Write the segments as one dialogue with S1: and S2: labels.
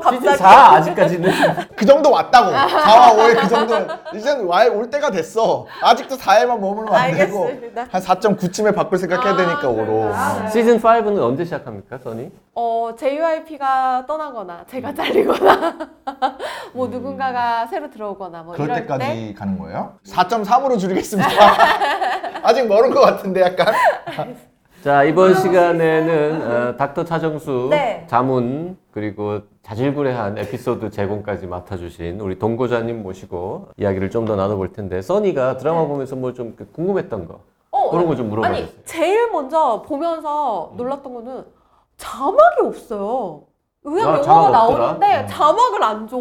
S1: 갑자기
S2: 4 아직까지는
S3: 그 정도 왔다고. 4와 5의 그 정도는 이제 와에 올 때가 됐어. 아직도 4에만 머물면 안 되고
S1: 알겠습니다.
S3: 한 4.9쯤에 바꿀 생각해야
S1: 아,
S3: 되니까 5로.
S1: 그런가? 네.
S2: 시즌 5는 언제 시작합니까, 써니?
S1: 어, JYP가 떠나거나 제가 잘리거나 뭐
S2: 음.
S1: 누군가가 새로 들어오거나 뭐
S3: 그럴
S1: 이럴
S3: 때까지
S1: 때
S3: 가는 거예요? 4.3으로 줄이겠습니다. 아직 멀은 것 같은데 약간.
S2: 자 이번 시간에는 어, 닥터 차정수
S1: 음. 네.
S2: 자문 그리고 자질구레한 에피소드 제공까지 맡아주신 우리 동고자님 모시고 이야기를 좀 더 나눠볼 텐데 써니가 드라마 보면서 뭐 좀 궁금했던 거
S1: 어,
S2: 그런 거 좀 물어봐
S1: 네. 아니
S2: 주세요.
S1: 제일 먼저
S2: 음.
S1: 보면서 놀랐던 거는 자막이 없어요. 의학
S2: 아,
S1: 영화가
S2: 자막 없더라?
S1: 나오는데
S2: 음.
S1: 자막을 안 줘.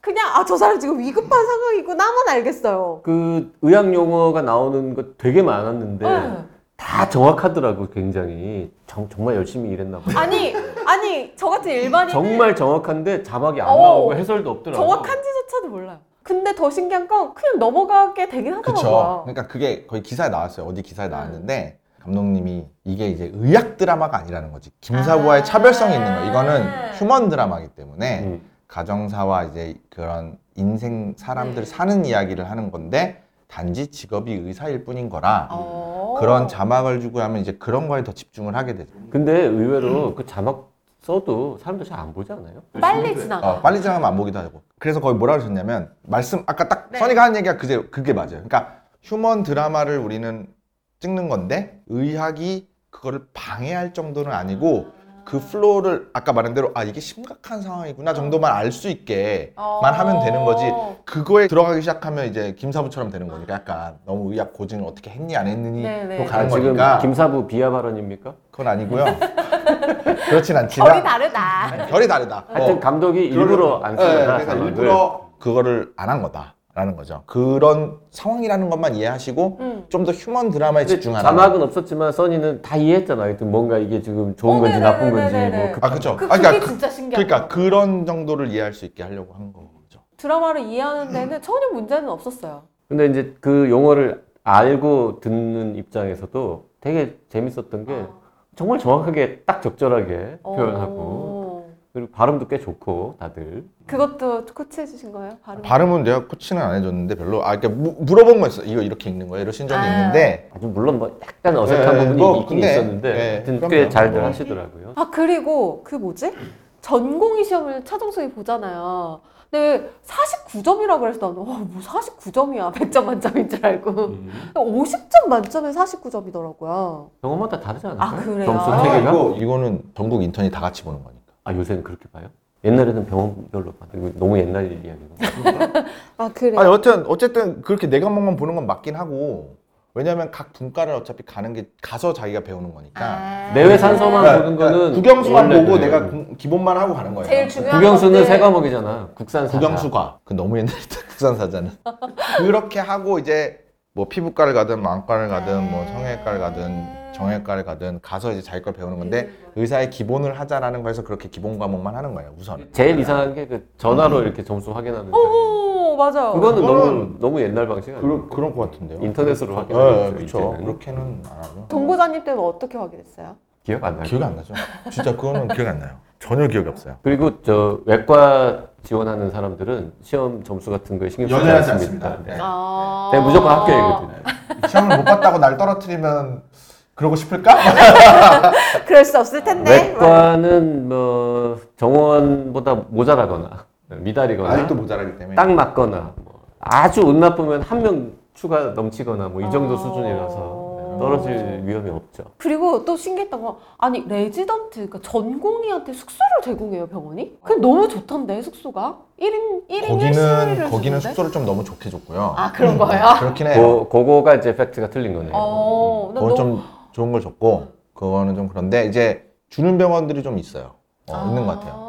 S1: 그냥 아 저 사람 지금 위급한 상황이고 나만 알겠어요.
S2: 그 의학 용어가 나오는 거 되게 많았는데
S1: 응.
S2: 다 정확하더라고 굉장히 정, 말 열심히 일했나 봐.
S1: 아니 아니 저 같은 일반인
S2: 정말 정확한데 자막이 안
S1: 어.
S2: 나오고 해설도 없더라고.
S1: 정확한지조차도 몰라요. 근데 더 신기한 건 그냥 넘어가게 되긴
S3: 그쵸.
S1: 하더라고요.
S3: 그러니까 그게 거의 기사에 나왔어요. 어디 기사에 나왔는데 감독님이 이게 이제 의학 드라마가 아니라는 거지. 김사부와의
S1: 아. 네.
S3: 차별성이 있는 거예요. 이거는 휴먼 드라마이기 때문에
S2: 음.
S3: 가정사와 이제 그런 인생 사람들
S1: 네.
S3: 사는 이야기를 하는 건데 단지 직업이 의사일 뿐인 거라
S1: 어.
S3: 음, 그런 자막을 주고 하면 이제 그런 거에 더 집중을 하게 되죠.
S2: 근데 의외로 그 자막 써도 사람들 잘 안 보지 않아요?
S1: 빨리 지나가.
S3: 어, 빨리 지나가면 안 보기도 하고. 그래서 거의 뭐라 그러셨냐면 말씀 아까 딱
S1: 네.
S3: 선이가 한 얘기가 그제 그게 맞아요. 그러니까 휴먼 드라마를 우리는 찍는 건데 의학이 그거를 방해할 정도는 아니고 그 플로우를 아까 말한 대로 아 이게 심각한 상황이구나 정도만 알 수 있게만
S1: 어.
S3: 하면 되는 거지 그거에 들어가기 시작하면 이제 김사부처럼 되는 거니까 약간 너무 의학 고증을 어떻게 했니 안 했느니
S1: 네네.
S3: 로
S2: 아,
S3: 가는
S2: 지금
S3: 예, 거니까
S2: 김사부 비하 발언입니까?
S3: 그건 아니고요 그렇진
S1: 결이
S3: 않지만
S1: 다르다.
S3: 결이 다르다 어.
S2: 하여튼 감독이 일부러 안
S3: 네,
S2: 쓰거나
S3: 그래서 일부러 그거를 안 한 거다라는 거죠 그런 상황이라는 것만 이해하시고
S1: 음.
S3: 좀 더 휴먼 드라마에 집중하는
S2: 자막은 없었지만 써니는 다 이해했잖아. 하여튼 뭔가 이게 지금 좋은
S1: 어,
S2: 건지
S1: 네네네네네.
S2: 나쁜 건지 뭐 그-
S3: 아 그쵸
S1: 그,
S3: 아,
S1: 그게
S3: 그-
S1: 진짜 신기하다.
S3: 그러니까 그런 정도를 이해할 수 있게 하려고 한 거죠
S1: 드라마를 이해하는 데는 전혀 문제는 없었어요.
S2: 근데 이제 그 용어를 알고 듣는 입장에서도 되게 재밌었던 게 정말 정확하게 딱 적절하게
S1: 어.
S2: 네, 표현하고 그리고 발음도 꽤 좋고 다들
S1: 그것도 코치해 주신 거예요? 발음.
S3: 발음은 내가 코치는 안 해줬는데 별로 아 그러니까 무- 물어본 거 있어 이거 이렇게 읽는 거야 이런 신적이
S1: 아.
S3: 있는데
S2: 아주 물론 뭐 약간 어색한
S3: 네,
S2: 부분이
S3: 뭐
S2: 있긴
S3: 근데,
S2: 있었는데
S3: 네,
S2: 하여튼
S3: 그럼요.
S2: 꽤 잘들
S3: 뭐.
S2: 하시더라고요.
S1: 아 그리고 그 뭐지? 전공의 시험을 차정숙이 보잖아요. 근데 49점이라 그래서 나는 어, 뭐 49점이야. 100점 만점인 줄 알고. 50점 만점에 49점이더라고요.
S2: 영어마다 다르지 않아요?
S1: 아, 그래요?
S2: 점수
S1: 아,
S2: 체계가?
S3: 이거 이거는 전국 인턴이 다 같이 보는 거니까
S2: 아 요새는 그렇게 봐요? 옛날에는 병원별로 봐. 이거 너무 옛날 이야기고.
S1: 아 그래요?
S3: 아니 어쨌든 어쨌든 그렇게 내 과목만 보는 건 맞긴 하고 왜냐면 각 분과를 어차피 가는 게 가서 자기가 배우는 거니까
S1: 아.
S2: 내외 산소만
S3: 그러니까
S2: 보는 거는
S3: 국영수만
S2: 원래
S3: 보고
S2: 그래요.
S3: 내가 구- 기본만 하고 가는 거예요.
S1: 제일 중요한
S2: 국영수는
S1: 것들.
S2: 세 과목이잖아. 국산 사자.
S3: 국영수과 그 너무 옛날이다 국산사자는 그렇게 하고 이제 뭐 피부과를 가든 뭐 안과를 가든
S1: 아.
S3: 뭐 성형외과를 가든 정형외과를 가든 가서 이제 자기 걸 배우는 건데 의사의 기본을 하자라는 거에서 그렇게 기본 과목만 하는 거예요 우선.
S2: 제일 이상한 게 그 전화로 이렇게 점수 확인하는 거.
S1: 오 맞아요.
S2: 그거는 너무
S3: 음. 그거는-
S2: 너무 옛날 방식 아니에요?
S3: 그런 그런 것 같은데요.
S2: 인터넷으로
S3: 예,
S2: 확인하는 거죠,
S3: 그렇죠.
S2: 이제는.
S3: 그렇게는 안 하죠.
S1: 동고자님 때는 어떻게 확인했어요?
S2: 기억 안 나요.
S3: 기억이 안 나죠. 진짜 그거는 기억이 안 나요. 전혀 기억이 없어요.
S2: 그리고 저 외과 지원하는 사람들은 시험 점수 같은 거에 신경 쓰지
S3: 연연하지
S2: 않습니다.
S3: 않습니다.
S2: 네.
S1: 아.
S2: 네, 무조건 합격이거든요.
S3: 시험을 못 봤다고 날 떨어뜨리면 그러고 싶을까?
S1: 그럴 수 없을
S3: 네,
S1: 텐데.
S2: 외과는 뭐 정원보다 모자라거나 미달이거나
S3: 아직도 모자라기 때문에.
S2: 딱 맞거나 뭐 아주 운 나쁘면 한 명 추가 넘치거나 뭐 이 정도
S1: 어.
S2: 수준이라서 네, 떨어질
S3: 음.
S2: 위험이 없죠.
S1: 그리고 또 신기했던 건 아니 레지던트 그러니까 전공의한테 숙소를 제공해요 병원이? 그 너무 좋던데 숙소가 1인 1인
S3: 거기는
S1: 1실을
S3: 거기는
S1: 주던데?
S3: 숙소를 좀 너무 좋게 줬고요. 음,
S1: 아 그런 거예요?
S3: 그렇긴 해요.
S2: 고, 그거가 이제 팩트가 틀린 거네요.
S1: 어, 나
S3: 음. 그건
S1: 너무 음.
S3: 좀 좋은 걸 줬고 그거는 좀 그런데 이제 주는 병원들이 좀 있어요. 어, 있는 것 같아요.
S1: 같아요.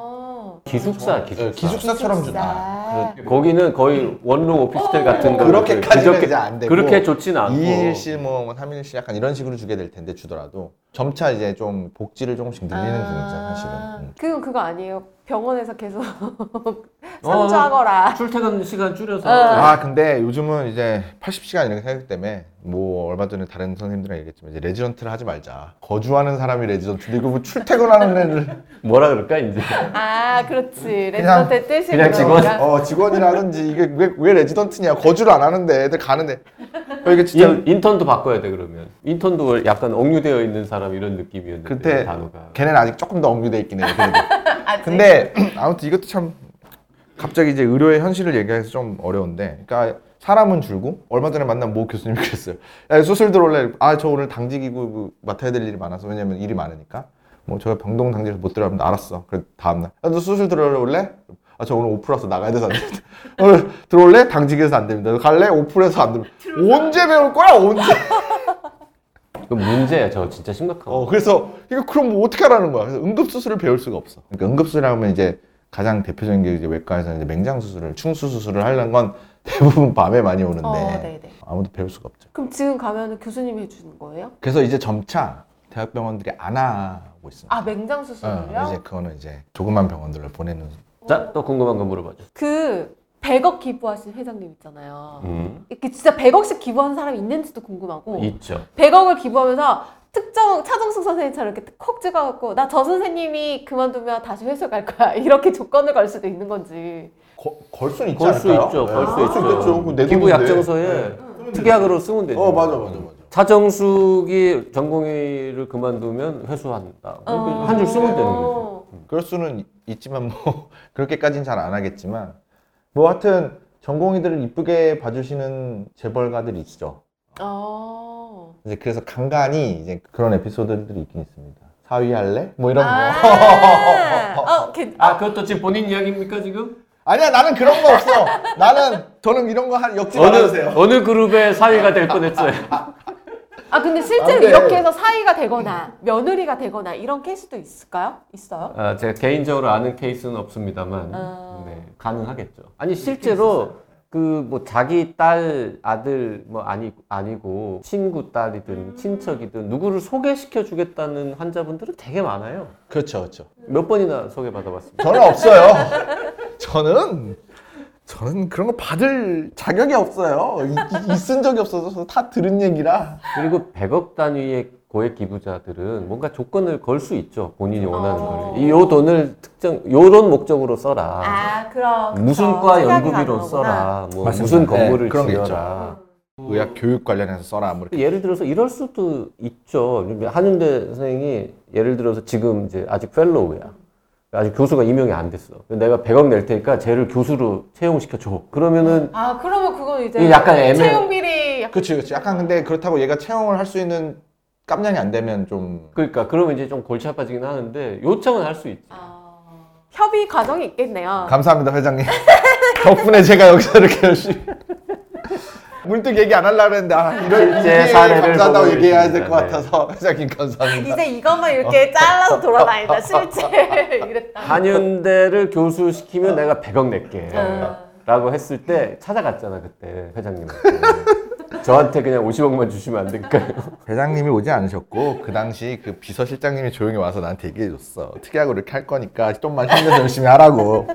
S2: 기숙사, 기숙사.
S3: 예, 기숙사처럼
S1: 아. 기숙사.
S3: 주나
S1: 네.
S2: 거기는 거의 원룸 오피스텔 같은 거
S3: 그렇게까지는
S2: 그렇게-
S3: 이제 안 되고
S2: 그렇게 좋진 않고
S3: 2일씩 뭐 3일씩 약간 이런 식으로 주게 될 텐데 주더라도 점차 이제 좀 복지를 조금씩 늘리는
S1: 아.
S3: 중이죠 사실은. 음.
S1: 그건 그거 아니에요. 병원에서 계속
S2: 어.
S1: 상주하거라.
S2: 출퇴근 시간 줄여서
S1: 아.
S3: 아 근데 요즘은 이제 80시간 이렇게 생각하기 때문에 뭐 얼마 전에 다른 선생님들이랑 얘기했지만 이제 레지던트를 하지 말자 거주하는 사람이 레지던트인데 이거 뭐 출퇴근하는 애를
S2: 네. 뭐라 그럴까 이제
S1: 아, 그렇지. 레지던트 뜻이
S2: 그냥 직원?
S3: 어 직원이라든지 이게 왜, 왜 레지던트냐 거주를 안 하는데 애들 가는데 어, 이게 진짜
S2: 인, 인턴도 바꿔야 돼 그러면 인턴도 약간 억류되어 있는 사람 이런 느낌이었는데
S3: 그때
S2: 단어가
S3: 걔는 아직 조금 더 억류돼 있긴 해요. 그래도.
S1: 아, 네.
S3: 근데 아무튼 이것도 참 갑자기 이제 의료의 현실을 얘기해서 좀 어려운데, 그러니까 사람은 줄고 얼마 전에 만난 모 교수님이 그랬어요. 야, 수술 들어올래. 아저 오늘 당직이고 뭐 맡아야 될 일이 많아서 왜냐면 일이 많으니까. 뭐 제가 병동 당직에서 못 들어가면 알았어. 그래 다음 날. 야너 수술 들어올래? 아 저 오늘 오프라서 나가야 돼서 안 됩니다. 오늘 들어올래? 당직에서 안 됩니다. 너 갈래? 오프라서 안 됩니다. 언제 배울 거야? 언제?
S2: 그 문제야 저 진짜 심각한 거
S3: 어, 그래서 이거 그럼 뭐 어떻게 하라는 거야? 그래서 응급 수술을 배울 수가 없어. 그러니까 응급 수술하면 이제 가장 대표적인 게 이제 외과에서 이제 맹장 수술을 충수 수술을 하려는 건 대부분 밤에 많이 오는데
S1: 어, 네, 네.
S3: 아무도 배울 수가 없죠.
S1: 그럼 지금 가면 교수님이 해주는 거예요?
S3: 그래서 이제 점차 대학병원들이 안 하고 있어요.
S1: 아, 맹장
S3: 어,
S1: 수술을요?
S3: 이제 그거는 이제 조그만 병원들을 보내는
S2: 자또 궁금한 거 물어봐줘
S1: 그 100억 기부하신 회장님 있잖아요.
S2: 음,
S1: 이렇게 진짜 100억씩 기부하는 사람이 있는지도 궁금하고
S2: 어. 있죠
S1: 100억을 기부하면서 특정 차정숙 선생님 처럼 이렇게 콕 찍어갖고 나 저 선생님이 그만두면 다시 회수 갈 거야 이렇게 조건을 걸 수도 있는 건지
S3: 거- 걸 수는 있지
S2: 걸 수
S3: 않을까요?
S2: 있죠
S3: 네,
S2: 걸 수
S3: 걸수 있겠죠. 그거 내
S2: 있죠 기부
S3: 돈인데. 네.
S2: 약정서에 특약으로 쓰면 되죠
S3: 어 맞아 맞아 맞아.
S2: 차정숙이 전공의를 그만두면 회수한다
S1: 어.
S2: 한 줄 쓰면 되는 거죠
S3: 그럴 수는 있- 있지만 뭐 그렇게까지는 잘 안 하겠지만 뭐 하여튼 전공의들을 이쁘게 봐주시는 재벌가들이 있죠.
S1: 어.
S3: 이제 그래서 간간히 이제 그런 에피소드들이 있긴 있습니다. 사위 할래? 뭐 이런
S1: 아,
S3: 거.
S1: 어, 괜-
S2: 아 그것도 지금 본인 이야기입니까 지금?
S3: 아니야 나는 그런 거 없어. 나는 저는 이런 거 한 역지 말아주세요.
S2: 어느 그룹의 사위가 될 뻔했어요
S1: 아, 근데 실제로
S3: 안 돼.
S1: 이렇게 해서 사이가 되거나 며느리가 되거나 이런 케이스도 있을까요? 있어요?
S2: 아, 제가 개인적으로 아는 케이스는 없습니다만
S1: 아. 음,
S2: 네, 가능하겠죠. 아니 실제로 그 뭐 자기 딸 아들 뭐 아니 아니고 친구 딸이든
S1: 음.
S2: 친척이든 누구를 소개시켜 주겠다는 환자분들은 되게 많아요.
S3: 그렇죠 그렇죠.
S2: 몇 번이나 소개받아봤습니다.
S3: 저는 없어요. 저는 저는 그런 거 받을 자격이 없어요. 이- 이- 있은 적이 없어서 다 들은 얘기라.
S2: 그리고 100억 단위의 고액 기부자들은 뭔가 조건을 걸 수 있죠. 본인이 원하는
S1: 어.
S2: 걸. 이요 돈을 특정 요런 목적으로 써라.
S1: 아, 그럼.
S2: 무슨
S1: 그쵸.
S2: 과
S1: 생각이
S2: 연구비로
S1: 가는 거구나.
S2: 써라. 뭐
S3: 맞습니다.
S2: 무슨
S3: 네,
S2: 건물을
S3: 그런 게 있죠.
S2: 지어라.
S3: 의학 교육 관련해서 써라 뭐 이렇게.
S2: 예를 들어서 이럴 수도 있죠. 그러니까 한윤대 선생이 예를 들어서 지금 이제 아직 펠로우야. 아직 교수가 임명이 안 됐어. 내가 100억 낼 테니까 쟤를 교수로 채용시켜 줘. 그러면은
S1: 아, 그러면 그건 이제
S2: 이게 약간 애매-
S1: 채용 비리 약간
S3: 그렇지 그렇지. 약간 근데 그렇다고 얘가 채용을 할 수 있는 깜냥이 안 되면 좀
S2: 그러니까 그러면 이제 좀 골치 아파지긴 하는데 요청은 할 수 있지.
S1: 아, 협의 과정이 있겠네요.
S3: 감사합니다 회장님. 덕분에 제가 여기서 이렇게 열심히 문득 얘기 안 하려고 했는데 아, 이런
S2: 실제
S3: 이게
S2: 사례를
S3: 감사하다고
S2: 보고
S3: 얘기해야 될 것
S2: 계십니다. 네.
S3: 같아서 회장님 감사합니다.
S1: 이제 이것만 이렇게 잘라서 돌아다니다 실제 이랬다.
S2: 한윤대를 교수시키면 내가 100억 낼게.
S1: 아.
S2: 라고 했을 때 찾아갔잖아, 그때 회장님한테. 저한테 그냥 50억만 주시면 안 될까요?
S3: 회장님이 오지 않으셨고 그 당시 그 비서실장님이 조용히 와서 나한테 얘기해줬어. 특이하고 이렇게 할 거니까 좀만 힘내서 열심히 하라고.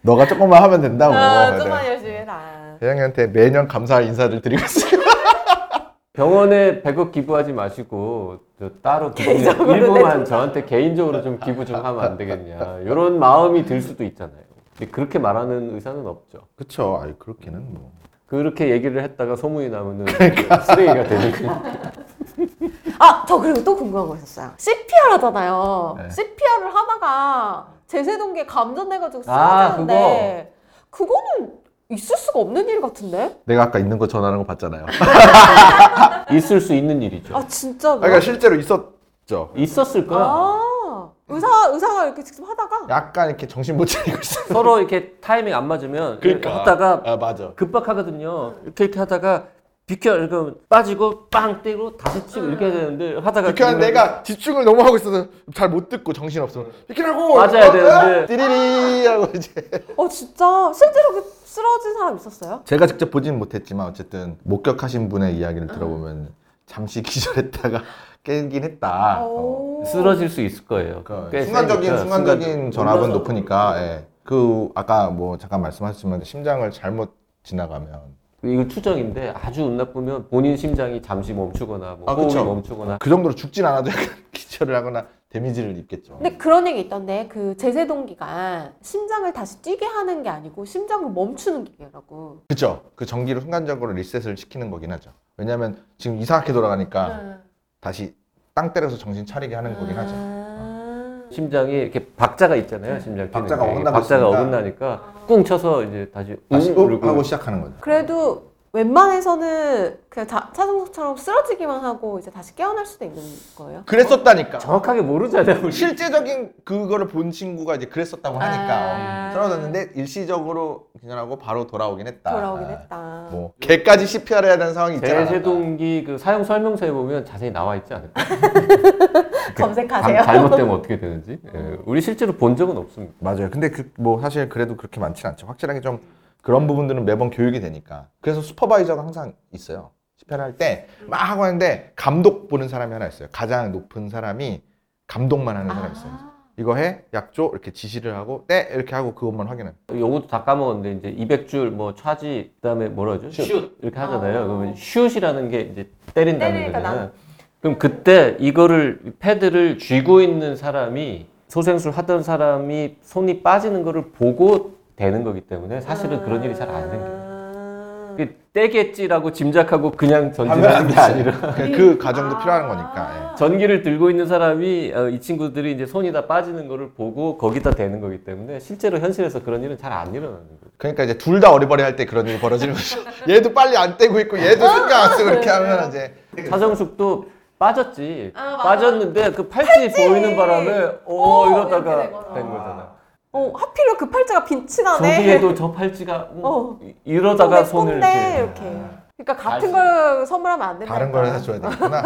S3: 너가 조금만 하면 된다고.
S1: 아,
S3: 그래서
S1: 좀만 열심히 해라.
S3: 회장님한테 매년 감사의 인사를 드리고 있어요.
S2: 병원에 100억 기부하지 마시고 저 따로 기부
S1: 개인적으로
S2: 일부만 저한테 개인적으로 좀 기부 좀 하면 안 되겠냐 이런 마음이 들 수도 있잖아요. 근데 그렇게 말하는 의사는 없죠.
S3: 그쵸. 아이 그렇게는 뭐.
S2: 그렇게 얘기를 했다가 소문이 나면은
S3: 그러니까.
S2: 쓰레기가 되는 거예요.
S1: 아, 저 그리고 또 궁금한 거 있었어요. CPR 하잖아요.
S3: 네.
S1: CPR을 하다가 제세동계 감전돼가지고
S2: 아,
S1: 쓰러졌는데 그거는 있을 수가 없는 일 같은데?
S3: 내가 아까 있는 거 전화하는 거 봤잖아요.
S2: 있을 수 있는 일이죠.
S1: 아, 진짜.
S3: 아, 그러니까 실제로 있었죠.
S2: 있었을 거야.
S1: 아, 의사 의사가 이렇게 직접 하다가
S3: 약간 이렇게 정신 못 차리고 있어요.
S2: 서로 이렇게 타이밍 안 맞으면 하다가
S3: 아 맞아.
S2: 급박하거든요. 이렇게 이렇게 하다가 비켜 이렇게 빠지고 빵 뛰고 다시 치고 이렇게 해야 되는데 하다가
S3: 그러니까
S2: 그냥-
S3: 내가 집중을 너무 하고 있어서 잘 못 듣고 정신 없어. 비키라고
S2: 맞아야 되는데.
S3: 띠리리 하고 이제
S1: 어 진짜 실제로 그 쓰러진 사람 있었어요?
S3: 제가 직접 보지는 못했지만 어쨌든 목격하신 분의 이야기를 들어보면 잠시 기절했다가 깨긴 했다. 어.
S1: 오.
S2: 쓰러질 수 있을 거예요.
S3: 그러니까
S2: 꽤
S3: 순간적인
S2: 세니까.
S3: 순간적인
S2: 순간-
S3: 전압은
S2: 놀라서.
S3: 높으니까 예. 그 아까 뭐 잠깐 말씀하셨지만 심장을 잘못 지나가면
S2: 이거 추정인데 아주 운 나쁘면 본인 심장이 잠시 멈추거나 뭐
S3: 아,
S2: 호흡이
S3: 그쵸.
S2: 멈추거나
S3: 그 정도로 죽진 않아도 약간 기절을 하거나 데미지를 입겠죠.
S1: 근데 그런 얘기 있던데 그 제세동기가 심장을 다시 뛰게 하는 게 아니고 심장을 멈추는 기계라고.
S3: 그죠? 그 전기를 순간적으로 리셋을 시키는 거긴 하죠. 왜냐하면 지금 이상하게 돌아가니까
S1: 응.
S3: 다시 땅 때려서 정신 차리게 하는
S1: 네.
S3: 거긴 하죠.
S1: 아.
S2: 심장이 이렇게 박자가 있잖아요. 심장 뛰는
S3: 박자가
S2: 게.
S3: 어긋나고
S2: 박자가
S3: 있으니까.
S2: 어긋나니까 꿍 쳐서 이제 다시 음,
S3: 다시 음.
S2: 응
S3: 욱
S2: 누르고.
S3: 하고 시작하는 거죠.
S1: 그래도 웬만해서는 그냥 자- 차동석처럼 쓰러지기만 하고 이제 다시 깨어날 수도 있는 거예요.
S3: 그랬었다니까.
S2: 정확하게 모르잖아요. 우리.
S3: 실제적인 그거를 본 친구가 이제 그랬었다고 하니까
S1: 아.
S3: 떨어졌는데 일시적으로 기절하고 바로 돌아오긴 했다.
S1: 돌아오긴
S3: 아.
S1: 했다.
S3: 뭐 개까지 CPR 해야 되는 상황이 있잖아.
S2: 대세동기 그 사용 설명서에 보면 자세히 나와 있지 않을까?
S1: 검색하세요.
S2: 잘못되면 어떻게 되는지. 예, 우리 실제로 본 적은 없습니다.
S3: 맞아요. 근데 그 뭐 사실 그래도 그렇게 많진 않죠. 확실하게 좀 그런 부분들은 매번 교육이 되니까. 그래서 슈퍼바이저가 항상 있어요. CPR 할 때 막 하고 하는데 감독 보는 사람이 하나 있어요. 가장 높은 사람이 감독만 하는
S1: 아.
S3: 사람이 있어요. 이거 해, 약조 이렇게 지시를 하고 때 이렇게 하고 그것만 확인해.
S2: 요것도 다 까먹었는데 이제 200줄 뭐 차지 그다음에 뭐라 그러죠? 슛 이렇게 하잖아요.
S1: 어.
S2: 그러면 슛이라는 게 이제 때린다는
S1: 때리니까
S2: 거잖아요.
S1: 남-
S2: 그럼 그때 이거를 패드를 쥐고 있는 사람이 소생술 하던 사람이 손이 빠지는 거를 보고 되는 거기 때문에 사실은 그런 일이 잘 안 생겨요.
S1: 생겨요.
S2: 그 떼겠지라고 짐작하고 그냥 전진하는 게 아니라
S3: 그 과정도 필요한 거니까. 예.
S2: 전기를 들고 있는 사람이 어, 이 친구들이 이제 손이 다 빠지는 거를 보고 거기다 대는 거기 때문에 실제로 현실에서 그런 일은 잘 안 일어나는 거예요.
S3: 그러니까 이제 둘 다 어리버리할 때 그런 일이 벌어지는 거죠. 얘도 빨리 안 떼고 있고 얘도 신경 안 쓰고 이렇게 하면 이제
S2: 차정숙도 빠졌지.
S1: 아, 맞아.
S2: 빠졌는데 그 팔찌, 보이는 바람에 어
S1: 어, 이렇게 된
S2: 이러다가
S1: 거야.
S2: 된 거잖아.
S1: 어, 하필이면 그 팔자가 빛이 나네.
S2: 저기에도 저 팔찌가 어,
S1: 어.
S2: 이- 이러다가 손을
S1: 꼰대,
S2: 이렇게.
S1: 이렇게. 그러니까
S2: 알수
S1: 같은 걸 선물하면 안 된다.
S3: 다른 걸 해서 줘야 되겠구나.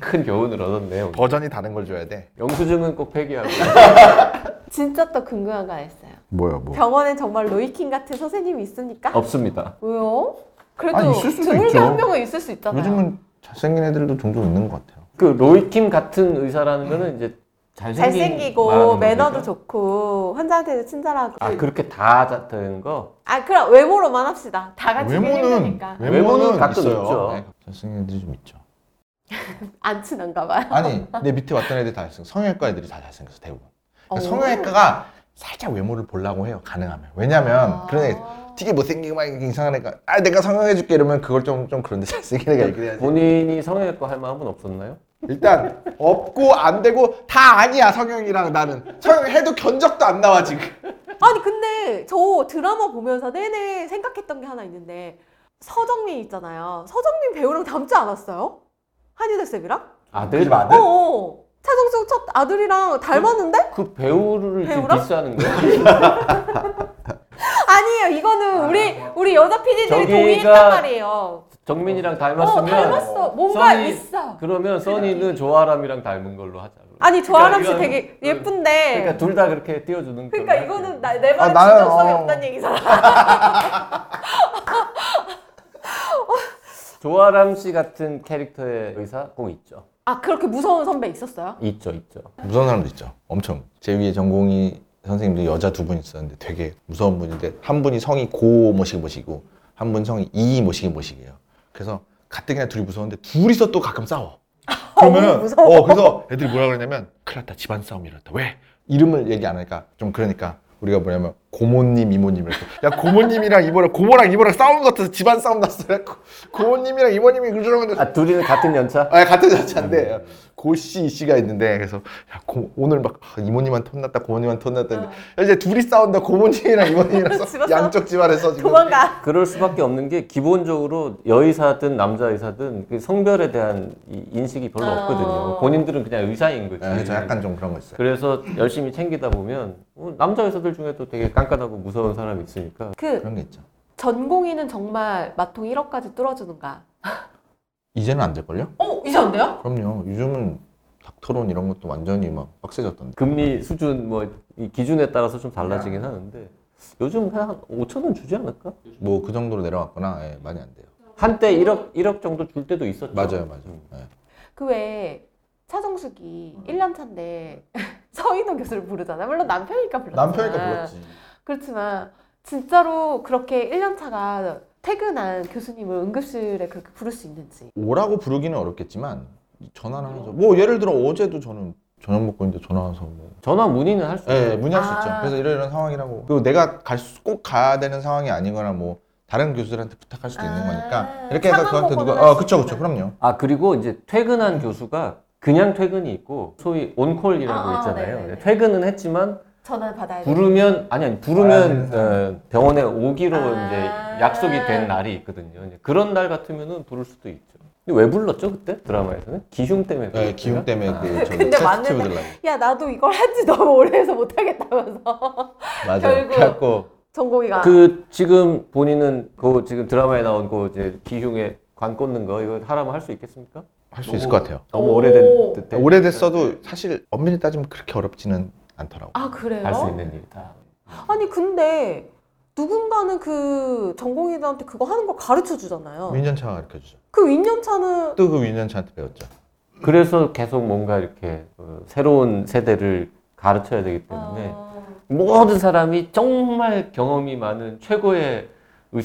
S2: 큰 교훈을 얻었네요.
S3: 버전이 다른 걸 줘야 돼.
S2: 영수증은 꼭 폐기하고.
S1: 진짜 또 궁금한 거 있어요.
S3: 뭐야 뭐. 어.
S1: 병원에 정말 로이킹 같은 선생님이 있습니까?
S2: 없습니다.
S1: 왜요? 그래도
S3: 아니, 있을 수도
S1: 드물게
S3: 있죠.
S1: 한 명은 있을 수 있잖아요.
S3: 요즘은 잘생긴 애들도 종종 있는 것 같아요.
S2: 그 로이킴 같은 의사라는 거는 이제 잘생긴
S1: 잘생기고
S2: 말하는
S1: 매너도
S2: 겁니까?
S1: 좋고 환자한테도 친절하고.
S2: 아 그렇게 다 같은 거?
S1: 아 그럼 외모로만 합시다. 다 같이
S3: 외모는
S1: 아, 힘드니까
S2: 외모는 가끔 있죠.
S3: 네, 잘생긴 애들이 좀 있죠.
S1: 안 친한가 봐요.
S3: 아니 내 밑에 왔던 애들 다 잘생겨. 성형외과 애들이 다 잘생겼어 대부분. 그러니까
S1: 어.
S3: 성형외과가 살짝 외모를 보려고 해요 가능하면. 왜냐면
S1: 아.
S3: 그런 애 되게 못생기고 막 이렇게 이상한 애가 아 내가 성형해줄게 이러면 그걸 좀 좀 그런데 잘생긴 애가 있긴 해야지.
S2: 본인이 성형외과 할 마음은 없었나요?
S3: 일단 없고 안 되고 다 아니야 성형이랑 나는 성형해도 견적도 안 나와 지금.
S1: 어. 아니 근데 저 드라마 보면서 내내 생각했던 게 하나 있는데 서정민 있잖아요. 서정민 배우랑 닮지 않았어요? 한유대 쌤이랑?
S2: 아들?
S3: 그 아들?
S1: 어, 어. 차정숙 첫 아들이랑 닮았는데?
S2: 그 배우를 지금
S1: 배우랑?
S2: 디스하는 거예요?
S1: 아니에요. 이거는 우리 우리 여자 PD들이
S2: 네. 저기가-
S1: 동의했단 말이에요.
S2: 정민이랑
S1: 어
S2: 닮았으면
S1: 닮았어. 뭔가
S2: 써니-
S1: 있어.
S2: 그러면 써니는 조아람이랑 닮은 걸로 하자.
S1: 아니 조아람 씨
S2: 그러니까
S1: 되게
S2: 이거는- 그러니까 네.
S1: 예쁜데.
S2: 둘 다 그렇게 띄워주는
S1: 그러니까,
S2: 걸로
S1: 이거는
S2: 할게요.
S1: 나, 내 말에
S3: 아, 나는-
S1: 진정성이
S3: 어.
S1: 없다는 얘기잖아.
S2: 조아람 씨 같은 캐릭터의 의사 꼭 있죠.
S1: 아 그렇게 무서운 선배 있었어요?
S2: 있죠, 있죠.
S3: 무서운 사람도 있죠. 엄청. 제 위에 전공이 선생님들 여자 두 분 있었는데 되게 무서운 분인데 한 분이 성이 고 모시기 모시고 한 분 성이 이 모시기 모시기예요. 그래서 가뜩이나 둘이 무서운데 둘이서 또 가끔 싸워. 그러면은
S1: 무서워.
S3: 어 그래서 애들이 뭐라 그러냐면 큰일 났다 집안 싸움 일어났다 왜 이름을 얘기 안 하니까 좀 그러니까 우리가 뭐냐면 고모님 이모님 이렇게 야 고모님이랑 이모랑 고모랑 이모랑 싸움 같아서 집안 싸움 났어 그래갖고 고모님이랑 이모님이 그러는데
S2: 아 둘이는 같은 연차?
S3: 아 같은
S1: 음.
S3: 자차인데 고씨 이씨가 있는데 그래서 야, 고- 오늘 막 아, 이모님한테 혼났다 고모님한테 혼났다 했는데 야, 이제 둘이 싸운다 고모님이랑 이모님이랑 싸-
S1: 어. 집안싸움.
S3: 양쪽 집안에서
S2: 네.
S3: 지금
S1: 도망가.
S2: 그럴 수밖에 없는 게 기본적으로 여의사든 남자의사든 그 성별에 대한 이 인식이 별로
S1: 어.
S2: 없거든요. 본인들은 그냥 의사인 거지.
S3: 예, 그래서 약간 좀 그런 거 있어요
S2: 래서 열심히 챙기다 보면 어, 남자 의사들 중에도 되게 깐깐하고 무서운 사람이 있으니까
S1: 그
S3: 그런 게 있죠
S1: 전공의는 정말 마통 1억까지 뚫어주는가?
S3: 이제는 안 될걸요?
S1: 어 이제 안 돼요?
S3: 그럼요 요즘은 닥터론 이런 것도 완전히 막 빡세졌던데
S1: 아.
S2: 금리 수준 뭐 이 기준에 따라서 좀 달라지긴 하는데 요즘 한 5천 원 주지 않을까?
S3: 뭐 그 정도로 내려갔거나 예, 많이 안 돼요.
S2: 한때 1억 1억 정도 줄 때도 있었죠.
S1: 그렇죠.
S3: 맞아요, 맞아요. 예.
S1: 그 외에 차정숙이 1년 차인데 서인호 교수를 부르잖아. 물론 남편이니까 불렀잖아. 그렇지만 진짜로 그렇게 1년 차가 퇴근한 교수님을 응급실에 그렇게 부를 수 있는지.
S3: 오라고 부르기는 어렵겠지만 전화를 하죠. 뭐 예를 들어 어제도 저는 저녁 먹고 있는데 전화 와서 뭐
S2: 전화 문의는 할 수 있어요.
S3: 예, 문의할 수
S1: 아.
S3: 있죠. 그래서 이런 이런 상황이라고. 그리고 내가 갈 수- 꼭 가야 되는 상황이 아니거나 뭐 다른 교수들한테 부탁할 수도 있는
S1: 아.
S3: 거니까 이렇게 해서
S1: 상황
S3: 그한테 누가
S1: 보고는 할
S3: 어
S1: 수
S3: 그쵸 그쵸
S1: 있구나.
S3: 그럼요.
S2: 아 그리고 이제 퇴근한 교수가 그냥 퇴근이 있고 소위 온콜이라고
S1: 아,
S2: 있잖아요.
S1: 네네네.
S2: 퇴근은 했지만
S1: 전화를 받아야 돼.
S2: 부르면 아니 아니
S3: 알아야
S2: 부르면
S3: 되는 사람.
S2: 어, 병원에 오기로
S1: 아.
S2: 이제 약속이 된 날이 있거든요. 이제 그런 날 같으면은 부를 수도 있죠. 근데 왜 불렀죠 그때 드라마에서는 기흉 때문에.
S3: 예,
S2: 불렀어요?
S3: 기운 때문에 그 저기
S1: 네. 아. 근데
S3: 테스티브
S1: 맞는데-
S3: 들라고.
S1: 야 나도 이걸 한지 너무 오래해서 못하겠다면서
S3: 맞아요.
S1: 결국-
S3: 그래갖고
S1: 전공이가
S2: 그 지금 본인은 그 지금 드라마에 나온 그 이제 기흉에 관 꽂는 거 이거 하라면 할 수 있겠습니까?
S3: 할 수 있을 것 같아요.
S2: 너무
S1: 오.
S2: 오래된
S1: 네.
S2: 듯.
S3: 오래됐어도 사실 엄밀히 따지면 그렇게 어렵지는 않더라고.
S1: 아 그래요?
S2: 할수 있는 일이다.
S1: 아니 근데 누군가는 그 전공이들한테 그거 하는 걸 가르쳐 주잖아요.
S3: 윈전차가 가르쳐 주죠.
S1: 그 윈년차는
S3: 또 그 윈전차한테 배웠죠.
S1: 음.
S2: 그래서 계속 뭔가 이렇게 어, 새로운 세대를 가르쳐야 되기 때문에
S1: 아,
S2: 네. 모든 사람이 정말 경험이 많은 최고의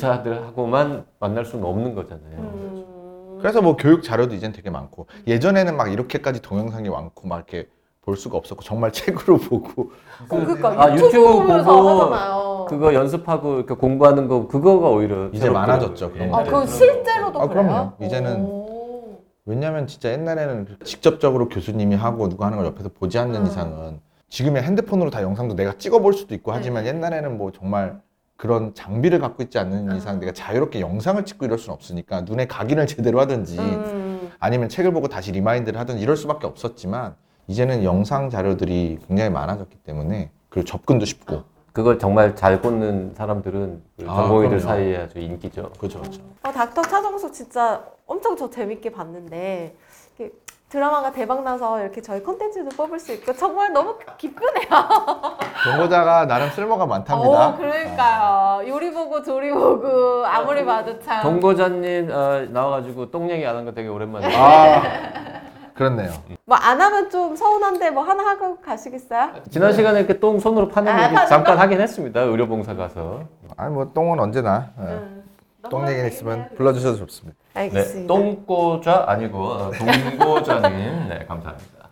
S2: 의사들하고만 만날 수는 없는 거잖아요.
S1: 음...
S3: 그래서 뭐 교육 자료도 이젠 되게 많고 예전에는 막 이렇게까지 동영상이 많고 막 이렇게 볼 수가 없었고 정말 책으로 보고
S1: 어, 그러니까
S2: 아,
S1: 유튜브
S2: 유튜브
S1: 보면서
S2: 보고
S1: 하잖아요.
S2: 그거 연습하고 이렇게 공부하는 거 그거가 오히려 네.
S3: 이제
S2: 새롭더라고요.
S3: 많아졌죠, 그런
S1: 아,
S3: 거.
S1: 그건 실제로도
S3: 아,
S1: 그래요?
S3: 그럼요. 이제는
S1: 오.
S3: 왜냐면 진짜 옛날에는 그렇게 직접적으로 교수님이 하고 누가 하는 걸 옆에서 보지 않는
S1: 음.
S3: 이상은 지금의 핸드폰으로 다 영상도 내가 찍어볼 수도
S1: 네.
S3: 있고 하지만 옛날에는 뭐 정말 그런 장비를 갖고 있지 않는
S1: 음.
S3: 이상 내가 자유롭게 영상을 찍고 이럴 수는 없으니까 눈에 각인을 제대로 하든지
S1: 음.
S3: 아니면 책을 보고 다시 리마인드를 하든 이럴 수밖에 없었지만 이제는 영상 자료들이 굉장히 많아졌기 때문에 그 접근도 쉽고
S2: 그걸 정말 잘 꽂는 사람들은 그
S3: 아,
S2: 전공의들
S3: 그럼요.
S2: 사이에 아주 인기죠.
S3: 그렇죠 그렇죠
S1: 아, 닥터 차정수 진짜 엄청 저 재밌게 봤는데 이렇게 드라마가 대박 나서 이렇게 저희 컨텐츠도 뽑을 수 있고 정말 너무 기쁘네요.
S3: 경고자가 나름 쓸모가 많답니다
S1: 어, 그러니까요. 요리 보고 조리 보고 아무리 봐도 참.
S2: 정보자님 어, 나와가지고 똥 얘기 안 한 거 되게 오랜만에.
S3: 아, 아 그렇네요
S1: 뭐 안 하면 좀 서운한데 뭐 하나 하고
S3: 네.
S1: 가시겠어요?
S2: 지난 시간에 이렇게 똥 손으로 파는
S1: 아,
S2: 얘기
S1: 파는
S2: 잠깐 하긴 했습니다. 의료봉사 가서.
S3: 아니 뭐 똥은 언제나 예.
S1: 음.
S3: 똥 얘기 있으면
S1: 네.
S3: 불러주셔도 좋습니다
S1: 알겠습니다.
S2: 네, 똥꼬자 아니고 어, 동고자님. 네, 감사합니다.